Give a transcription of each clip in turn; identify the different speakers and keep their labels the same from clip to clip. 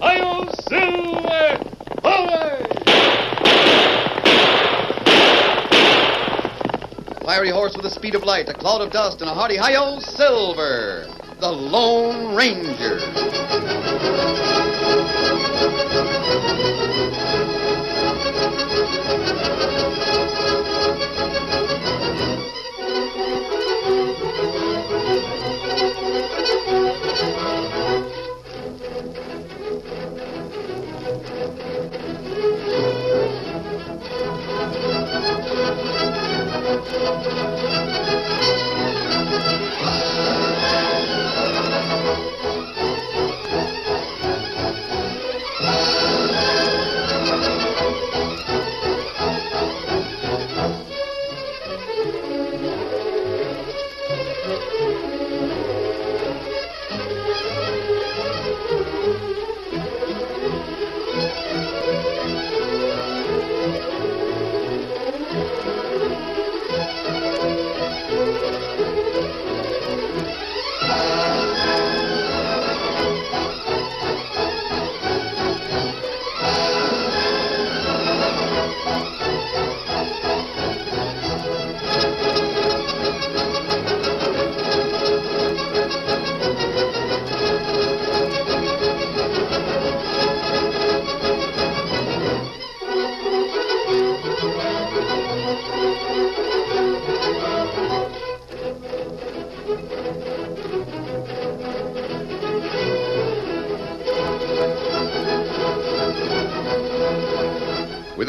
Speaker 1: Hail Silver! Away!
Speaker 2: Fiery horse with the speed of light, a cloud of dust, and a hearty hi-yo, Silver, the Lone Ranger. With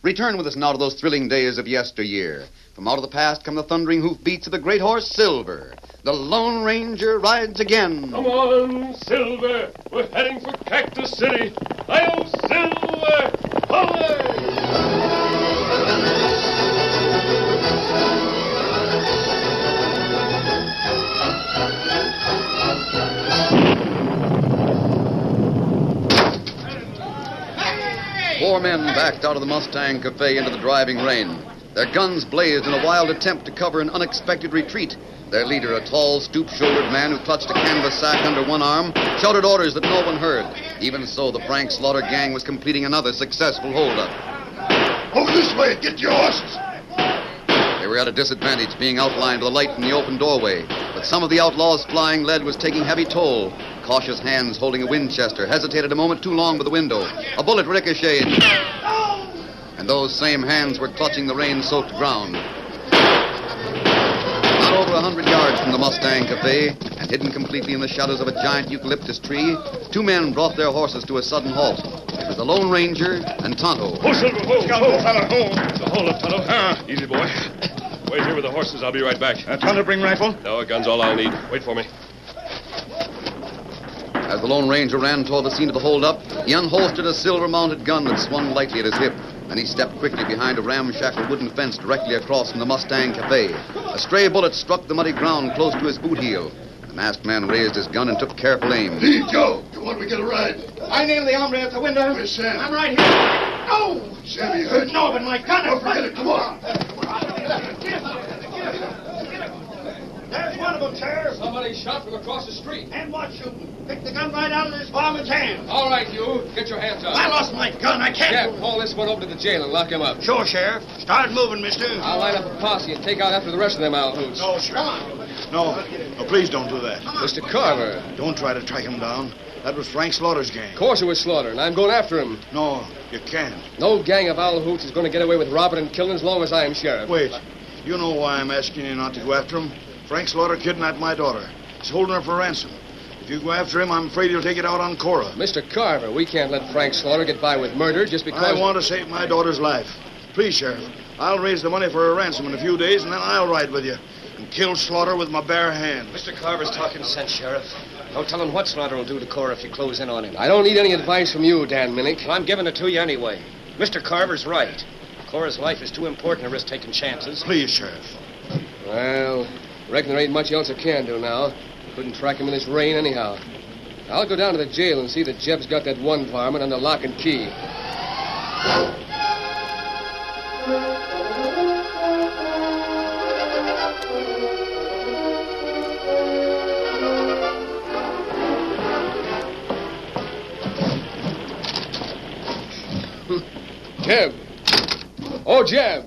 Speaker 2: Return with us now to those thrilling days of yesteryear. From out of the past come the thundering hoofbeats of the great horse Silver. The Lone Ranger rides again.
Speaker 1: Come on, Silver! We're heading for Cactus City! Hail Silver! Away!
Speaker 2: Four men backed out of the Mustang Cafe into the driving rain. Their guns blazed in a wild attempt to cover an unexpected retreat. Their leader, a tall, stoop shouldered man who clutched a canvas sack under one arm, shouted orders that no one heard. Even so, the Frank Slaughter gang was completing another successful holdup. Over this way, get your horses! They were at a disadvantage, being outlined by the light from the open doorway. But some of the outlaws' flying lead was taking heavy toll. Cautious hands holding a Winchester hesitated a moment too long by the window. A bullet ricocheted. And those same hands were clutching the rain soaked ground. Not over a hundred yards from the Mustang Cafe, and hidden completely in the shadows of a giant eucalyptus tree, two men brought their horses to a sudden halt. It was the Lone Ranger and Tonto.
Speaker 1: Ho, Oh, Silver! Ho! Ho, fella! Ho! It's a hold up, fellow. Easy, boy. Wait here with the horses. I'll be right back.
Speaker 3: Uh, Tonto, bring rifle.
Speaker 1: No, a gun's all I'll need. Wait for me.
Speaker 2: As the Lone Ranger ran toward the scene of the holdup, he unholstered a silver mounted gun that swung lightly at his hip. Then he stepped quickly behind a ramshackle wooden fence directly across from the Mustang Cafe. A stray bullet struck the muddy ground close to his boot heel. The masked man raised his gun and took careful aim.
Speaker 4: Joe, come on, we get a ride.
Speaker 5: I nailed the hombre at the window.
Speaker 4: Where's Sam?
Speaker 5: I'm right here. Oh!
Speaker 4: Sam, you hurt?
Speaker 5: No, but my gun.
Speaker 4: Oh, forget it. Come on.
Speaker 5: There's one of them, sir.
Speaker 6: Somebody shot from across the street.
Speaker 5: And what shooting? Picked the gun right out of this farmer's hand.
Speaker 6: All right, you. Get your hands up.
Speaker 5: I lost my gun. I can't.
Speaker 6: Yeah,
Speaker 5: move.
Speaker 6: haul this one over to the jail and lock him up.
Speaker 5: Sure, Sheriff. Start moving, mister.
Speaker 6: I'll line up a posse and take out after the rest of them Alahoots.
Speaker 5: No, Sheriff.
Speaker 3: No, no, please don't do that.
Speaker 6: Mr. Carver.
Speaker 3: Don't try to track him down. That was Frank Slaughter's gang.
Speaker 6: Of course it was Slaughter, and I'm going after him.
Speaker 3: No, you can't.
Speaker 6: No gang of Alahoots is going to get away with robbing and killing as long as I am sheriff.
Speaker 3: Wait. You know why I'm asking you not to go after him. Frank Slaughter kidnapped my daughter. He's holding her for ransom. If you go after him, I'm afraid he'll take it out on Cora.
Speaker 6: Mr. Carver, we can't let Frank Slaughter get by with murder just because.
Speaker 3: I want to save my daughter's life. Please, Sheriff, I'll raise the money for a ransom in a few days, and then I'll ride with you and kill Slaughter with my bare hands.
Speaker 6: Mr. Carver's talking sense, Sheriff. No telling what Slaughter will do to Cora if you close in on him. I don't need any advice from you, Dan Minnick. Well, I'm giving it to you anyway. Mr. Carver's right. Cora's life is too important to risk taking chances.
Speaker 3: Please, Sheriff.
Speaker 6: Well, reckon there ain't much else I can do now. Couldn't track him in this rain anyhow. I'll go down to the jail and see that Jeb's got that one varmint under lock and key. Jeb! Oh, Jeb!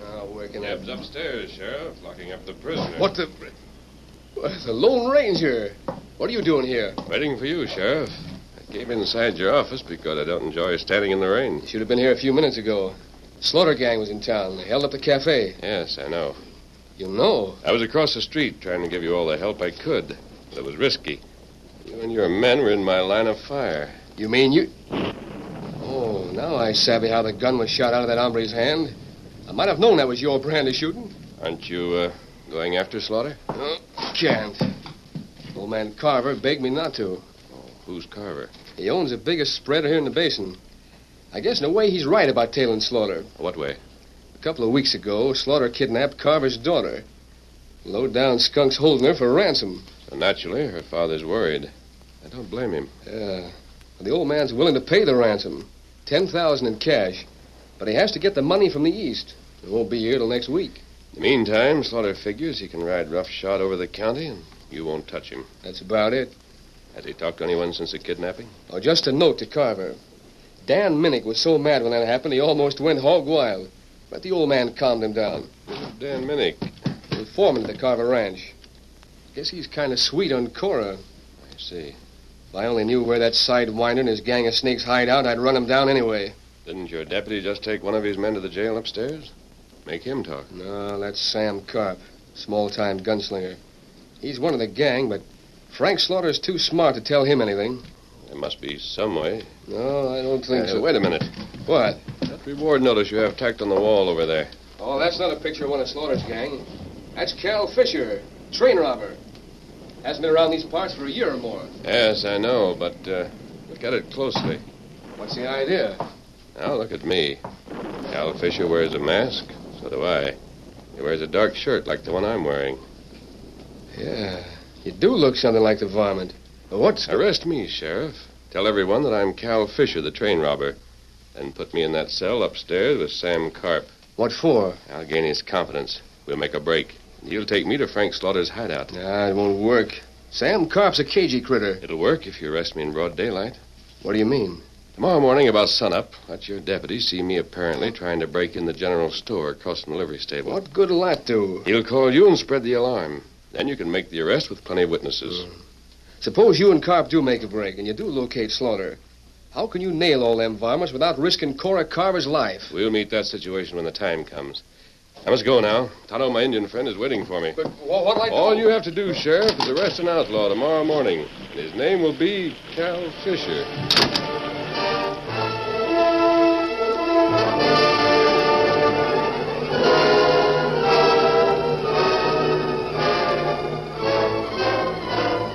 Speaker 6: Now, where can I
Speaker 1: Neb's upstairs, Sheriff, locking up the prisoner.
Speaker 6: What the? Well, The Lone Ranger. What are you doing here?
Speaker 1: Waiting for you, Sheriff. I came inside your office because I don't enjoy standing in the rain.
Speaker 6: You should have been here a few minutes ago. Slaughter gang was in town. They held up the cafe.
Speaker 1: Yes, I know.
Speaker 6: You know.
Speaker 1: I was across the street trying to give you all the help I could. But it was risky. You and your men were in my line of fire.
Speaker 6: You mean you? Oh, now I savvy how the gun was shot out of that hombre's hand. I might have known that was your brand of shooting.
Speaker 1: Aren't you uh, going after Slaughter?
Speaker 6: Uh, can't. Old man Carver begged me not to.
Speaker 1: Oh, Who's Carver?
Speaker 6: He owns the biggest spreader here in the basin. I guess in a way he's right about tailing Slaughter.
Speaker 1: What way?
Speaker 6: A couple of weeks ago, Slaughter kidnapped Carver's daughter. Low down skunks holding her for ransom.
Speaker 1: Naturally, her father's worried. I don't blame him.
Speaker 6: Yeah. Uh, The old man's willing to pay the ransom. Ten thousand in cash. But he has to get the money from the East. It won't be here till next week.
Speaker 1: In the meantime, Slaughter figures he can ride roughshod over the county, and you won't touch him.
Speaker 6: That's about it.
Speaker 1: Has he talked to anyone since the kidnapping?
Speaker 6: Oh, just a note to Carver. Dan Minnick was so mad when that happened he almost went hog wild. But the old man calmed him down.
Speaker 1: Dan Minnick.
Speaker 6: He was foreman at the Carver Ranch. Guess he's kind of sweet on Cora.
Speaker 1: I see.
Speaker 6: If I only knew where that sidewinder and his gang of snakes hide out, I'd run him down anyway.
Speaker 1: Didn't your deputy just take one of his men to the jail upstairs? Make him talk.
Speaker 6: No, that's Sam Carp, small time gunslinger. He's one of the gang, but Frank Slaughter's too smart to tell him anything.
Speaker 1: There must be some way.
Speaker 6: No, Oh, I don't think
Speaker 1: Uh,
Speaker 6: so.
Speaker 1: wait a minute.
Speaker 6: What?
Speaker 1: That reward notice you have tacked on the wall over there.
Speaker 6: Oh, that's not a picture of one of Slaughter's gang. That's Cal Fisher, train robber. Hasn't been around these parts for a year or more.
Speaker 1: Yes, I know, but uh, look at it closely.
Speaker 6: What's the idea?
Speaker 1: Now look at me. Al Fisher wears a mask. So do I. He wears a dark shirt like the one I'm wearing.
Speaker 6: Yeah, you do look something like the varmint. What's
Speaker 1: Arrest me, Sheriff. Tell everyone that I'm Cal Fisher, the train robber. Then put me in that cell upstairs with Sam Carp.
Speaker 6: what for?
Speaker 1: I'll gain his confidence. We'll make a break. You'll take me to Frank Slaughter's hideout.
Speaker 6: Nah, Ah, it won't work. Sam Carp's a cagey critter.
Speaker 1: It'll work if you arrest me in broad daylight.
Speaker 6: What do you mean?
Speaker 1: Tomorrow morning, about sunup, let your deputy see me apparently trying to break in the general store across from the livery stable.
Speaker 6: What good'll that do?
Speaker 1: He'll call you and spread the alarm. Then you can make the arrest with plenty of witnesses.
Speaker 6: Suppose you and Carp do make a break and you do locate Slaughter. How can you nail all them varmints without risking Cora Carver's life?
Speaker 1: We'll meet that situation when the time comes. I must go now. Tonto, my Indian friend, is waiting for me.
Speaker 6: what'll I
Speaker 1: All you have to do, Sheriff, is arrest an outlaw tomorrow morning. His name will be Cal Fisher.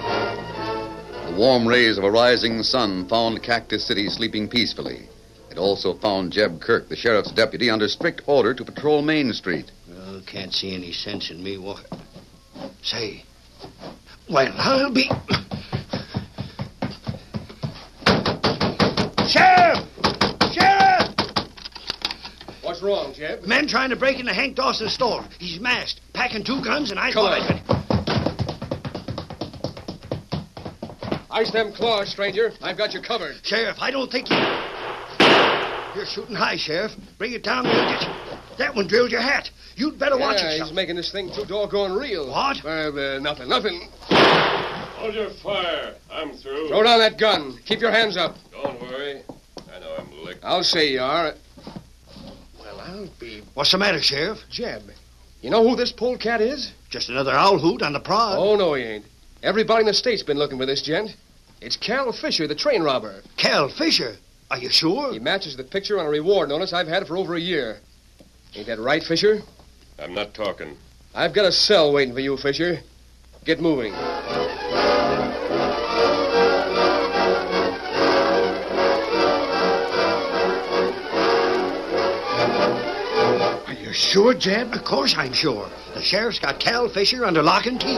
Speaker 2: The warm rays of a rising sun found Cactus City sleeping peacefully. It also found Jeb Kirk, the sheriff's deputy, under strict order to patrol Main Street.
Speaker 5: Well, can't see any sense in me walking. Say, well, I'll be. Sheriff! Sheriff!
Speaker 6: What's wrong, Jeb?
Speaker 5: Men trying to break into Hank Dawson's store. He's masked, packing two guns, and I
Speaker 6: Come
Speaker 5: thought
Speaker 6: on.
Speaker 5: I could.
Speaker 6: Ice them claws, stranger. I've got you covered.
Speaker 5: Sheriff, I don't think you. You're shooting high, Sheriff. Bring it down, we'll get you. That one drilled your hat. You'd better watch
Speaker 6: yeah,
Speaker 5: yourself.
Speaker 6: he's making this thing too doggone real.
Speaker 5: What?
Speaker 6: Well, uh, nothing, nothing.
Speaker 1: Hold your fire. I'm through.
Speaker 6: Throw down that gun. Keep your hands up.
Speaker 1: Don't worry. I know I'm licked.
Speaker 6: I'll say you are.
Speaker 5: Well, I'll be. What's the matter, Sheriff?
Speaker 6: Jeb, you know who this polecat is?
Speaker 5: Just another owl hoot on the prod.
Speaker 6: Oh, no, he ain't. Everybody in the state's been looking for this gent. It's Cal Fisher, the train robber.
Speaker 5: Cal Fisher. Are you sure?
Speaker 6: He matches the picture on a reward notice I've had for over a year. Ain't that right, Fisher?
Speaker 1: I'm not talking.
Speaker 6: I've got a cell waiting for you, Fisher. Get moving.
Speaker 5: Are you sure, Jeb? Of course I'm sure. The sheriff's got Cal Fisher under lock and key.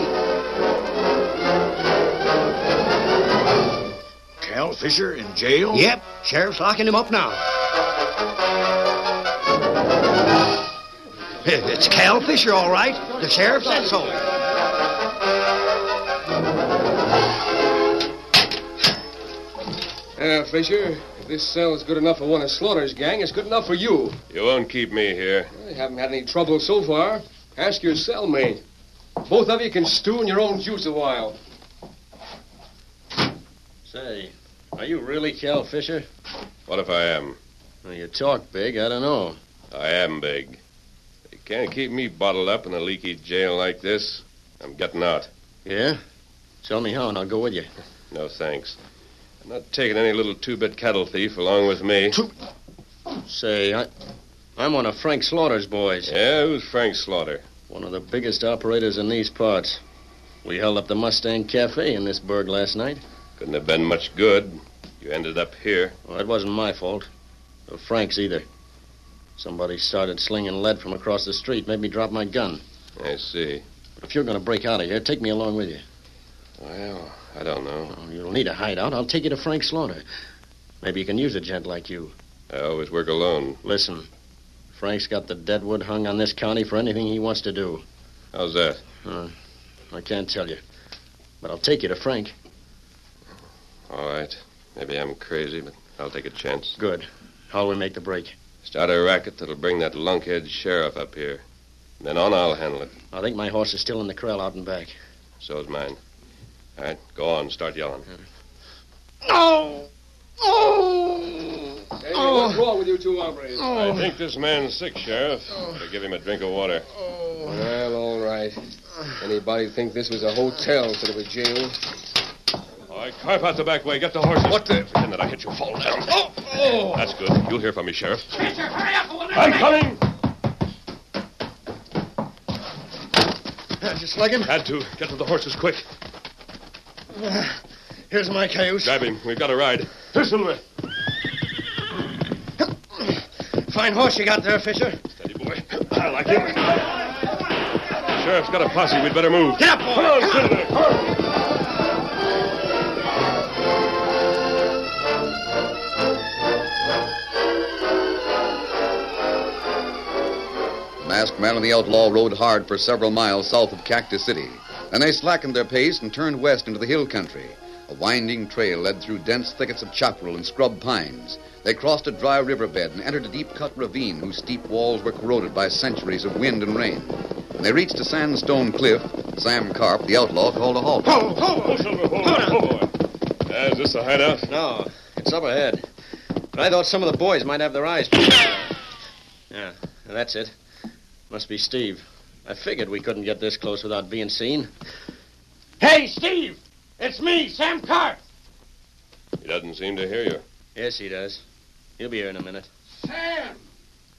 Speaker 3: Cal Fisher in jail?
Speaker 5: Yep, sheriff's locking him up now. It's Cal Fisher, all right. The sheriff said so.
Speaker 6: Uh, Fisher, if this cell's good enough for one of Slaughter's gang, it's good enough for you.
Speaker 1: You won't keep me here.
Speaker 6: I haven't had any trouble so far. Ask your cellmate. Both of you can stew in your own juice a while.
Speaker 7: Say, are you really Cal Fisher?
Speaker 1: What if I am?
Speaker 7: Well, you talk big. I don't know.
Speaker 1: I am big. They can't keep me bottled up in a leaky jail like this. I'm getting out.
Speaker 7: Yeah? Tell me how, and I'll go with you.
Speaker 1: No thanks. I'm not taking any little two-bit cattle thief along with me.
Speaker 7: Say, I, I'm one of Frank Slaughter's boys.
Speaker 1: Yeah, who's Frank Slaughter?
Speaker 7: One of the biggest operators in these parts. We held up the Mustang Cafe in this burg last night.
Speaker 1: Couldn't have been much good. You ended up here.
Speaker 7: Well, it wasn't my fault. Or Frank's either. Somebody started slinging lead from across the street, made me drop my gun.
Speaker 1: I see.
Speaker 7: But if you're going to break out of here, take me along with you.
Speaker 1: Well, I don't know.
Speaker 7: Oh, you'll need a hideout. I'll take you to Frank Slaughter. Maybe you can use a gent like you.
Speaker 1: I always work alone.
Speaker 7: Listen, Frank's got the deadwood hung on this county for anything he wants to do.
Speaker 1: How's that?
Speaker 7: I can't tell you. But I'll take you to Frank.
Speaker 1: All right. Maybe I'm crazy, but I'll take a chance.
Speaker 7: Good. How'll we make the break?
Speaker 1: Start a racket that'll bring that lunkhead sheriff up here. And then on, I'll handle it.
Speaker 7: I think my horse is still in the corral out and back.
Speaker 1: So's mine. All right, go on. Start yelling.
Speaker 5: No! Oh!
Speaker 6: Hey, what's wrong with you two hombres?
Speaker 1: I think this man's sick, Sheriff. Better give him a drink of water.
Speaker 6: Well, all right. Anybody think this was a hotel instead of a jail?
Speaker 1: All right, carp out the back way. Get the horses. What the? Pretend that I hit you. Fall down. Oh, oh. That's good. You'll hear from me, Sheriff. I'm coming.
Speaker 5: Did you slug him?
Speaker 1: Had to. Get to the horses quick.
Speaker 5: Here's my cayuse.
Speaker 1: Grab him. We've got a ride. Listen, me.
Speaker 5: Fine horse you got there, Fisher.
Speaker 1: Steady, boy. I like it. Sheriff's got a posse. We'd better move.
Speaker 5: Get up, boy.
Speaker 1: Come on, Senator.
Speaker 2: The masked man and the outlaw rode hard for several miles south of Cactus City. Then they slackened their pace and turned west into the hill country. A winding trail led through dense thickets of chaparral and scrub pines. They crossed a dry riverbed and entered a deep cut ravine whose steep walls were corroded by centuries of wind and rain. When they reached a sandstone cliff, Sam Carp, the outlaw, called a halt.
Speaker 1: Oh, Silver, hold on. boy. Uh, is this the hideout?
Speaker 7: No, it's up ahead. But I thought some of the boys might have their eyes. yeah, that's it. Must be Steve. I figured we couldn't get this close without being seen.
Speaker 5: Hey, Steve! It's me, Sam Carp.
Speaker 1: He doesn't seem to hear you.
Speaker 7: Yes, he does. He'll be here in a minute.
Speaker 5: Sam!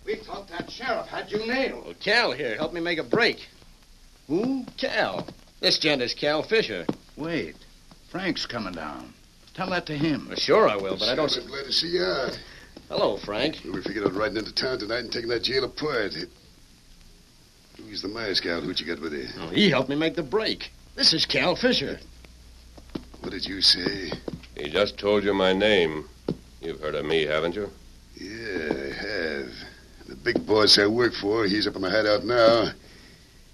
Speaker 5: We thought that sheriff had you nailed.
Speaker 7: Well, Cal here, help me make a break. Who? Cal. This gent is Cal Fisher.
Speaker 3: Wait. Frank's coming down. Tell that to him.
Speaker 7: Well, sure I will, but I don't.
Speaker 4: I'm glad to see you. out.
Speaker 7: Hello, Frank.
Speaker 4: We figured on riding into town tonight and taking that jail apart. Who's the mask out? Who'd you got with you?
Speaker 7: Oh, he helped me make the break. This is Cal Fisher.
Speaker 4: What did you say?
Speaker 1: He just told you my name. You've heard of me, haven't you?
Speaker 4: Yeah, I have. The big boss I work for, he's up in the hideout now.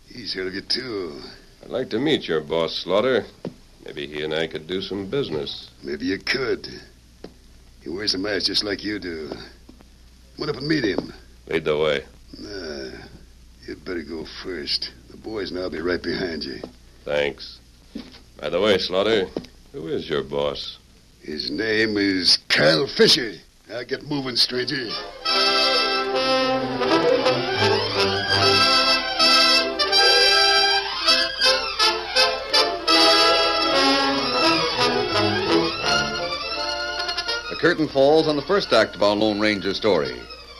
Speaker 4: He's heard of you, too.
Speaker 1: I'd like to meet your boss, Slaughter. Maybe he and I could do some business.
Speaker 4: Maybe you could. He wears a mask just like you do. Come on up and meet him.
Speaker 1: Lead the way.
Speaker 4: Nah, you'd better go first. The boys and I'll be right behind you.
Speaker 1: Thanks. By the way, Slaughter, who is your boss?
Speaker 4: His name is Kyle Fisher. Now get moving, stranger.
Speaker 1: The
Speaker 8: curtain falls on the first act of our Lone Ranger story.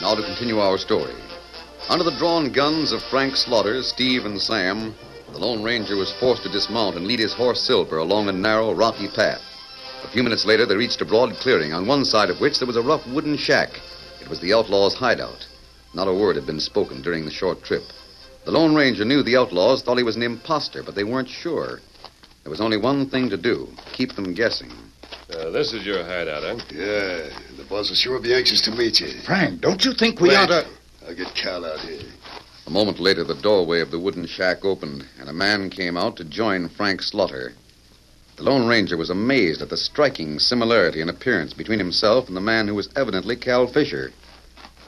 Speaker 8: Now to continue our story. Under the drawn guns of Frank Slaughter, Steve, and Sam, the Lone Ranger was forced to dismount and lead his horse Silver along a narrow, rocky path. A few minutes later, they reached a broad clearing, on one side of which there was a rough wooden shack. It was the outlaw's hideout. Not a word had been spoken during the short trip. The Lone Ranger knew the outlaws thought he was an imposter, but they weren't sure. There was only one thing to do keep them guessing.
Speaker 1: Uh, this is your hideout, huh?
Speaker 4: Yeah, the boss will sure be anxious to meet you.
Speaker 9: Frank, don't you think we
Speaker 4: Wait.
Speaker 9: ought to.
Speaker 4: I'll get Cal out here.
Speaker 8: A moment later, the doorway of the wooden shack opened, and a man came out to join Frank Slaughter. The Lone Ranger was amazed at the striking similarity in appearance between himself and the man who was evidently Cal Fisher.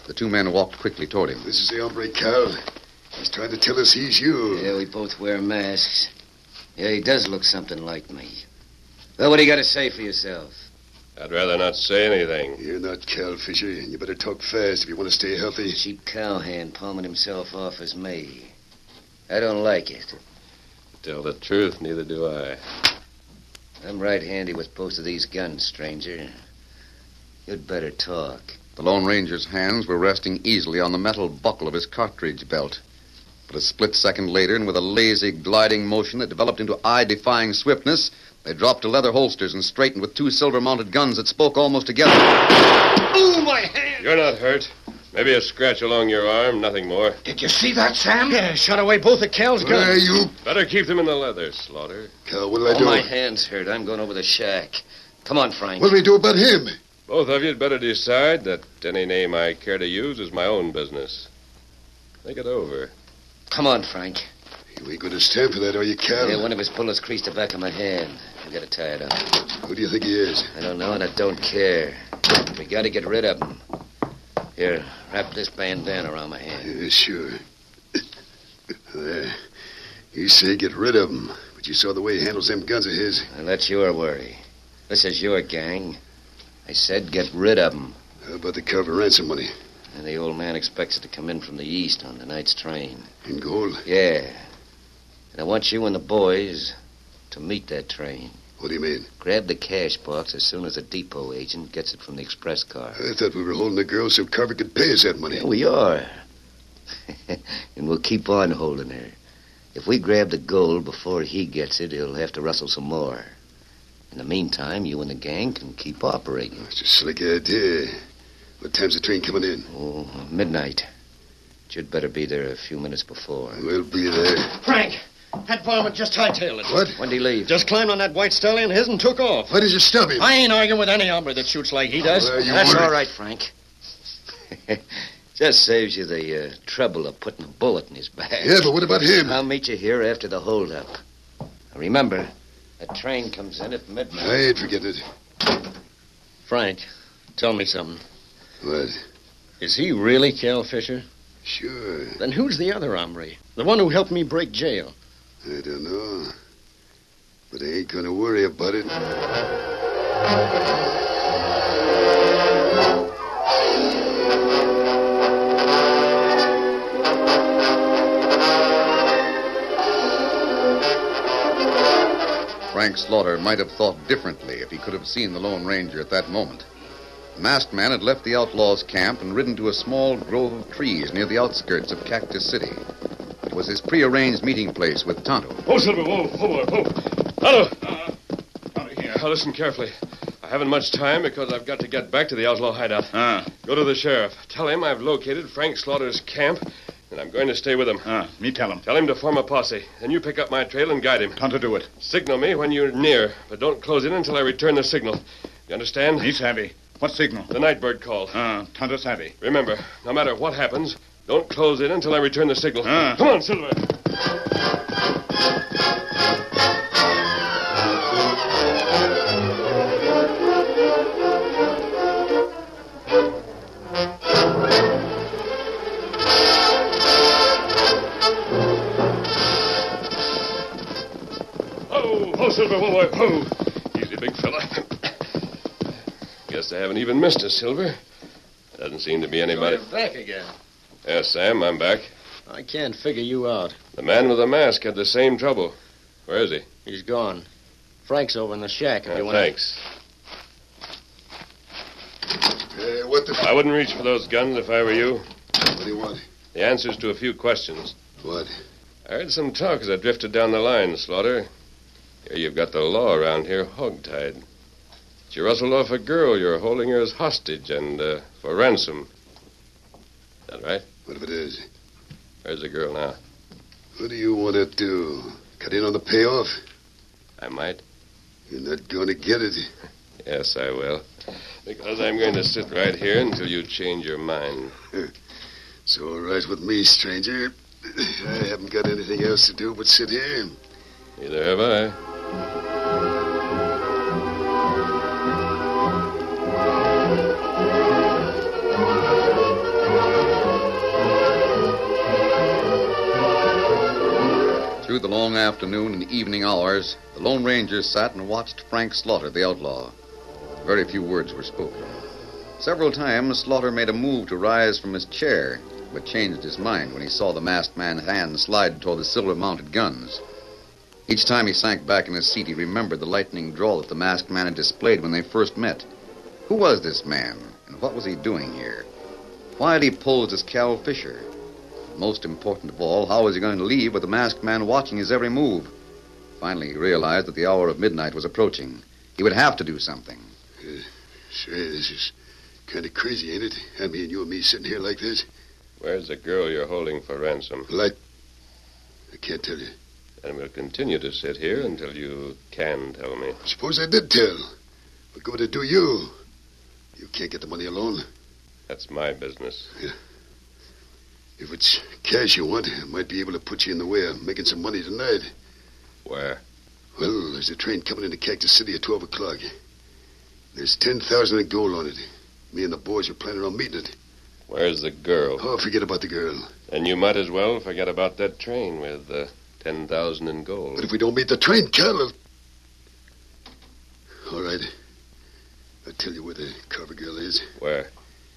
Speaker 8: The two men walked quickly toward him.
Speaker 4: This is the hombre, Cal. He's trying to tell us he's you.
Speaker 2: Yeah, we both wear masks. Yeah, he does look something like me. Well, what do you got to say for yourself?
Speaker 1: I'd rather not say anything.
Speaker 4: You're not Cal Fisher, and you better talk fast if you want to stay healthy.
Speaker 2: Cheap cowhand palming himself off as me. I don't like it.
Speaker 1: Tell the truth, neither do I.
Speaker 2: I'm right handy with both of these guns, stranger. You'd better talk.
Speaker 8: The Lone Ranger's hands were resting easily on the metal buckle of his cartridge belt. But a split second later, and with a lazy, gliding motion that developed into eye defying swiftness, they dropped to leather holsters and straightened with two silver mounted guns that spoke almost together.
Speaker 1: You're not hurt. Maybe a scratch along your arm, nothing more.
Speaker 9: Did you see that, Sam?
Speaker 6: Yeah, shot away both of Cal's
Speaker 4: Where are
Speaker 6: guns.
Speaker 4: you?
Speaker 1: Better keep them in the leather, Slaughter.
Speaker 4: Cal, what'll I
Speaker 2: All
Speaker 4: do?
Speaker 2: my hands hurt. I'm going over the shack. Come on, Frank.
Speaker 4: What'll we do about him?
Speaker 1: Both of you'd better decide that any name I care to use is my own business. Think it over.
Speaker 2: Come on, Frank.
Speaker 4: You ain't going to stand for that, are you, Cal?
Speaker 2: Yeah, one of his bullets creased the back of my hand. I gotta tie it up.
Speaker 4: Who do you think he is?
Speaker 2: I don't know, and I don't care. We gotta get rid of him. Here, wrap this bandana around my hand.
Speaker 8: Uh,
Speaker 4: Yeah, sure. there. You say get rid of him, but you saw the way he handles them guns of his.
Speaker 2: And that's your worry. This is your gang. I said get rid of him.
Speaker 4: How about the cover ransom money?
Speaker 2: And the old man expects it to come in from the east on tonight's train.
Speaker 4: In gold?
Speaker 2: Yeah. And I want you and the boys to meet that train.
Speaker 4: What do you mean?
Speaker 2: Grab the cash box as soon as the depot agent gets it from the express car.
Speaker 4: I thought we were holding the girl so Carver could pay us that money.
Speaker 2: Yeah, we are. and we'll keep on holding her. If we grab the gold before he gets it, he'll have to rustle some more. In the meantime, you and the gang can keep operating.
Speaker 4: It's a slick idea. What time's the train coming in?
Speaker 2: Oh, midnight. You'd better be there a few minutes before.
Speaker 4: We'll be there.
Speaker 6: Frank, that varmint just hightailed it.
Speaker 4: What?
Speaker 2: When do you leave?
Speaker 6: Just climbed on that white stallion his and took off.
Speaker 4: Why did you stop him?
Speaker 6: I ain't arguing with any hombre that shoots like he does.
Speaker 4: Well, you
Speaker 2: That's
Speaker 4: ordered-
Speaker 2: all right, Frank. Just saves you the uh, trouble of putting a bullet in his back.
Speaker 4: Yeah, but what about him?
Speaker 2: I'll meet you here after the holdup. Remember, the train comes in at midnight.
Speaker 4: I ain't forgetting it.
Speaker 6: Frank, tell me something.
Speaker 4: What?
Speaker 6: Is he really Cal Fisher?
Speaker 4: Sure.
Speaker 6: Then who's the other hombre? The one who helped me break jail.
Speaker 4: I don't know. But I ain't gonna worry about it.
Speaker 8: Frank Slaughter might have thought differently if he could have seen the Lone Ranger at that moment.
Speaker 2: The masked man had left the outlaws' camp and ridden to a small grove of trees near the outskirts of Cactus City. It was his prearranged meeting place with Tonto.
Speaker 1: Oh, Silver, whoa, whoa, whoa. Hello.
Speaker 3: Uh,
Speaker 1: Out of here. Now, listen carefully. I haven't much time because I've got to get back to the outlaw hideout.
Speaker 3: Ah,
Speaker 1: Go to the sheriff. Tell him I've located Frank Slaughter's camp, and I'm going to stay with him.
Speaker 3: ah, me tell him.
Speaker 1: Tell him to form a posse. Then you pick up my trail and guide him.
Speaker 3: Tonto do it.
Speaker 1: Signal me when you're near, but don't close in until I return the signal. You understand?
Speaker 3: Me savvy. What signal?
Speaker 1: The Nightbird called.
Speaker 3: Ah, Tonto savvy.
Speaker 1: Remember, no matter what happens, don't close in until I return the signal.
Speaker 3: Ah.
Speaker 1: Come on, Silver. Ho, ho, Oh, Silver, ho, ho, ho. Easy, big fella. Guess they haven't even missed us, Silver. Doesn't seem to be anybody.
Speaker 7: Back again.
Speaker 1: Yes, Sam, I'm back.
Speaker 7: I can't figure you out.
Speaker 1: The man with the mask had the same trouble. Where is he?
Speaker 7: He's gone. Frank's over in the shack. If
Speaker 1: Ah,
Speaker 7: you want
Speaker 1: thanks.
Speaker 4: Hey, Eh, what the?
Speaker 1: I wouldn't reach for those guns if I were you.
Speaker 4: What do you want?
Speaker 1: The answers to a few questions.
Speaker 4: What?
Speaker 1: I heard some talk as I drifted down the line, Slaughter. Here you've got the law around here hogtied. She rustled off a girl. You're holding her as hostage and uh, for ransom. Is that right?
Speaker 4: What if it is?
Speaker 1: Where's the girl now?
Speaker 4: What do you want to do? Cut in on the payoff?
Speaker 1: I might.
Speaker 4: You're not going to get it.
Speaker 1: Yes, I will. Because I'm going to sit right here until you change your mind.
Speaker 4: It's all right with me, stranger. I haven't got anything else to do but sit here.
Speaker 1: Neither have I.
Speaker 2: Through the long afternoon and evening hours, the Lone Ranger sat and watched Frank Slaughter, the outlaw. Very few words were spoken. Several times, Slaughter made a move to rise from his chair, but changed his mind when he saw the masked man's hand slide toward the silver mounted guns. Each time he sank back in his seat, he remembered the lightning draw that the masked man had displayed when they first met. Who was this man, and what was he doing here? Why had he posed as Cal Fisher? Most important of all, how was he going to leave with the masked man watching his every move? Finally, he realized that the hour of midnight was approaching. He would have to do something.
Speaker 4: Sure, this is kind of crazy, ain't it? I mean, you and me sitting here like this.
Speaker 1: Where's the girl you're holding for ransom?
Speaker 4: Well, I, I can't tell you.
Speaker 1: And we'll continue to sit here until you can tell me.
Speaker 4: Suppose I did tell. What good would it do you? You can't get the money alone.
Speaker 1: That's my business.
Speaker 4: If it's cash you want, I might be able to put you in the way of making some money tonight.
Speaker 1: Where?
Speaker 4: Well, there's a train coming into Cactus City at 12 o'clock. There's 10,000 in gold on it. Me and the boys are planning on meeting it.
Speaker 1: Where's the girl?
Speaker 4: Oh, forget about the girl.
Speaker 1: And you might as well forget about that train with uh, 10,000 in
Speaker 4: But
Speaker 1: gold.
Speaker 4: if we don't meet the train, Cal, I'll- All right. I'll tell you where the cover girl is.
Speaker 1: Where?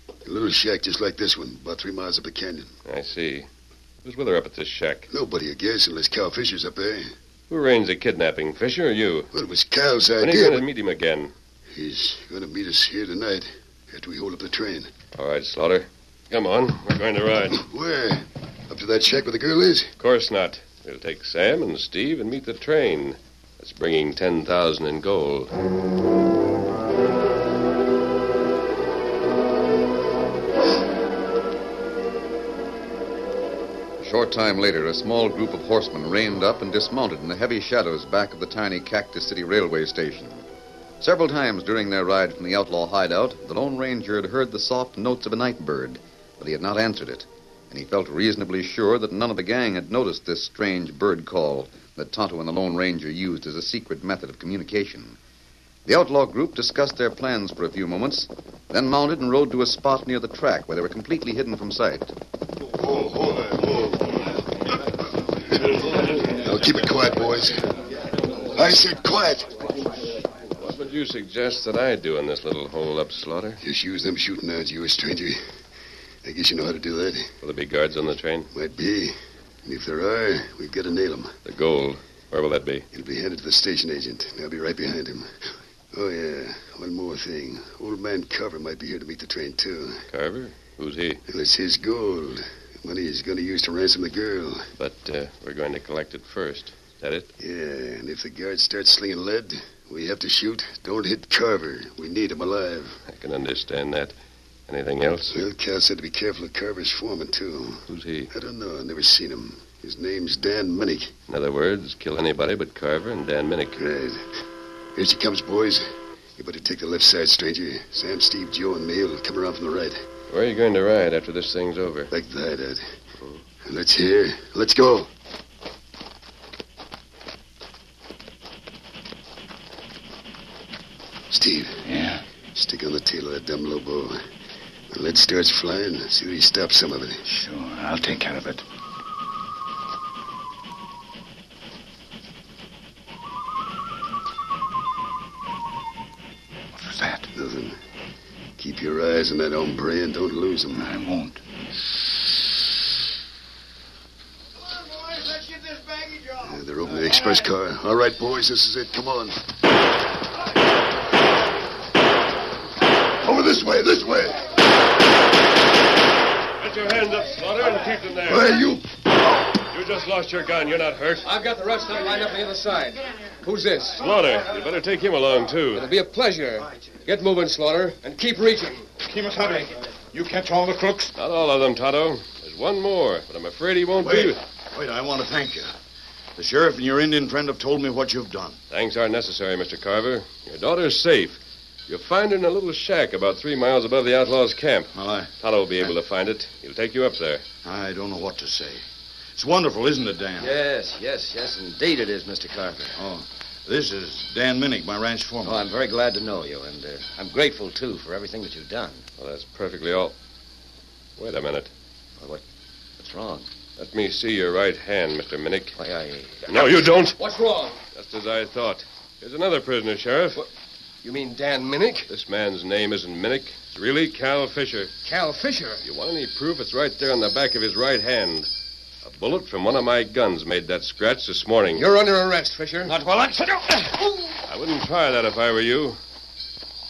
Speaker 4: A little shack just like this one, about three miles up the canyon.
Speaker 1: I see. Who's with her up at this shack?
Speaker 4: Nobody, I guess, unless Cal Fisher's up there.
Speaker 1: Who arranged the kidnapping, Fisher or you?
Speaker 4: Well, it was Cal's
Speaker 1: When are you
Speaker 4: idea.
Speaker 1: going to meet him again?
Speaker 4: but He's going to meet us here tonight after we hold up the train.
Speaker 1: All right, Slaughter. Come on. We're going to ride.
Speaker 4: Where? Up to that shack where the girl is?
Speaker 1: Of course not. We'll take Sam and Steve and meet the train. That's bringing 10,000 in gold.
Speaker 2: A short time later, a small group of horsemen reined up and dismounted in the heavy shadows back of the tiny Cactus City railway station. Several times during their ride from the outlaw hideout, the Lone Ranger had heard the soft notes of a night bird, but he had not answered it, and he felt reasonably sure that none of the gang had noticed this strange bird call that Tonto and the Lone Ranger used as a secret method of communication. The outlaw group discussed their plans for a few moments, then mounted and rode to a spot near the track where they were completely hidden from sight.
Speaker 4: Oh, hold on, hold on. Now keep it quiet, boys. I said quiet.
Speaker 1: What would you suggest that I do in this little hole-up, Slaughter?
Speaker 4: Just use them shooting odds, you a stranger. I guess you know how to do that.
Speaker 1: Will there be guards on the train?
Speaker 4: Might be. And if there are, we've got to nail 'em.
Speaker 1: The gold. Where will that be?
Speaker 4: It'll be handed to the station agent, and I'll be right behind him. Oh, yeah. One more thing. Old man Carver might be here to meet the train, too.
Speaker 1: Carver? Who's he?
Speaker 4: Well, it's his gold. Money he's going to use to ransom the girl.
Speaker 1: But uh, we're going to collect it first. Is that it?
Speaker 4: Yeah, and if the guards start slinging lead, we have to shoot. Don't hit Carver. We need him alive.
Speaker 1: I can understand that. Anything else?
Speaker 4: Well, Cal said to be careful of Carver's foreman, too.
Speaker 1: Who's he?
Speaker 4: I don't know. I've never seen him. His name's Dan Minnick.
Speaker 1: In other words, kill anybody but Carver and Dan Minnick.
Speaker 4: Right. Here she comes, boys. You better take the left side, stranger. Sam, Steve, Joe, and me will come around from the right.
Speaker 1: Where are you going to ride after this thing's over?
Speaker 4: Like the hideout. Let's hear. Let's go. Steve.
Speaker 10: Yeah.
Speaker 4: Stick on the tail of that dumb lobo. When lead starts flying, see that he stops some of it.
Speaker 10: Sure, I'll take care of it. What was that?
Speaker 4: Nothing. Keep your eyes on that hombre and don't lose him.
Speaker 10: I won't.
Speaker 3: Come on, boys, let's get this baggage off.
Speaker 4: Yeah, they're opening the express car. All right, boys, this is it. Come on. Over this way, this way.
Speaker 1: Put your hands up, Slaughter, and keep them there.
Speaker 4: Hey, you.
Speaker 1: You just lost your gun. You're not hurt.
Speaker 6: I've got the rest of them lined up on the other side. Who's this?
Speaker 1: Slaughter, you better take him along, too.
Speaker 6: It'll be a pleasure. Get moving, Slaughter, and keep reaching.
Speaker 11: Keep us hurry. You catch all the crooks?
Speaker 1: Not all of them, Tonto. There's one more, but I'm afraid he won't
Speaker 3: Wait,
Speaker 1: be.
Speaker 3: wait, I want to thank you. The sheriff and your Indian friend have told me what you've done.
Speaker 1: Thanks aren't necessary, Mr. Carver. Your daughter's safe. You'll find her in a little shack about three miles above the outlaws' camp.
Speaker 3: Well, I,
Speaker 1: Tonto will be able to find it. He'll take you up there.
Speaker 3: I don't know what to say. It's wonderful, isn't it, Dan?
Speaker 7: Yes, yes, yes, indeed it is, Mr. Carver.
Speaker 3: Oh, this is Dan Minnick, my ranch foreman.
Speaker 7: Oh, I'm very glad to know you, and uh, I'm grateful, too, for everything that you've done.
Speaker 1: Well, that's perfectly all. Wait a minute.
Speaker 7: What's wrong?
Speaker 1: Let me see your right hand, Mr. Minnick.
Speaker 7: Why, I.
Speaker 1: No, you don't.
Speaker 6: What's wrong?
Speaker 1: Just as I thought. Here's another prisoner, Sheriff.
Speaker 6: You mean Dan Minnick?
Speaker 1: This man's name isn't Minnick. It's really Cal Fisher.
Speaker 6: Cal Fisher.
Speaker 1: You want any proof? It's right there on the back of his right hand. A bullet from one of my guns made that scratch this morning.
Speaker 6: You're under arrest, Fisher.
Speaker 11: Not while I'm.
Speaker 1: I wouldn't try that if I were you.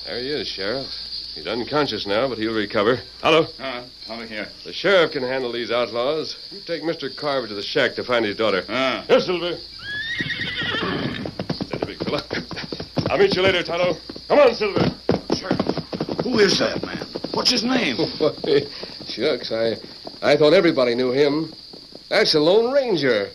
Speaker 1: There he is, Sheriff. He's unconscious now, but he'll recover. Hello.
Speaker 3: Uh,
Speaker 11: Ah, over here.
Speaker 1: The sheriff can handle these outlaws. You take Mr. Carver to the shack to find his daughter.
Speaker 3: Uh.
Speaker 11: Ah.
Speaker 1: Yes, Silver. There's a big fella. I'll meet you later, Tonto. Come on, Silver.
Speaker 3: Who is that man? What's his name?
Speaker 6: Shucks, I, I thought everybody knew him. That's the Lone Ranger.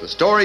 Speaker 2: The story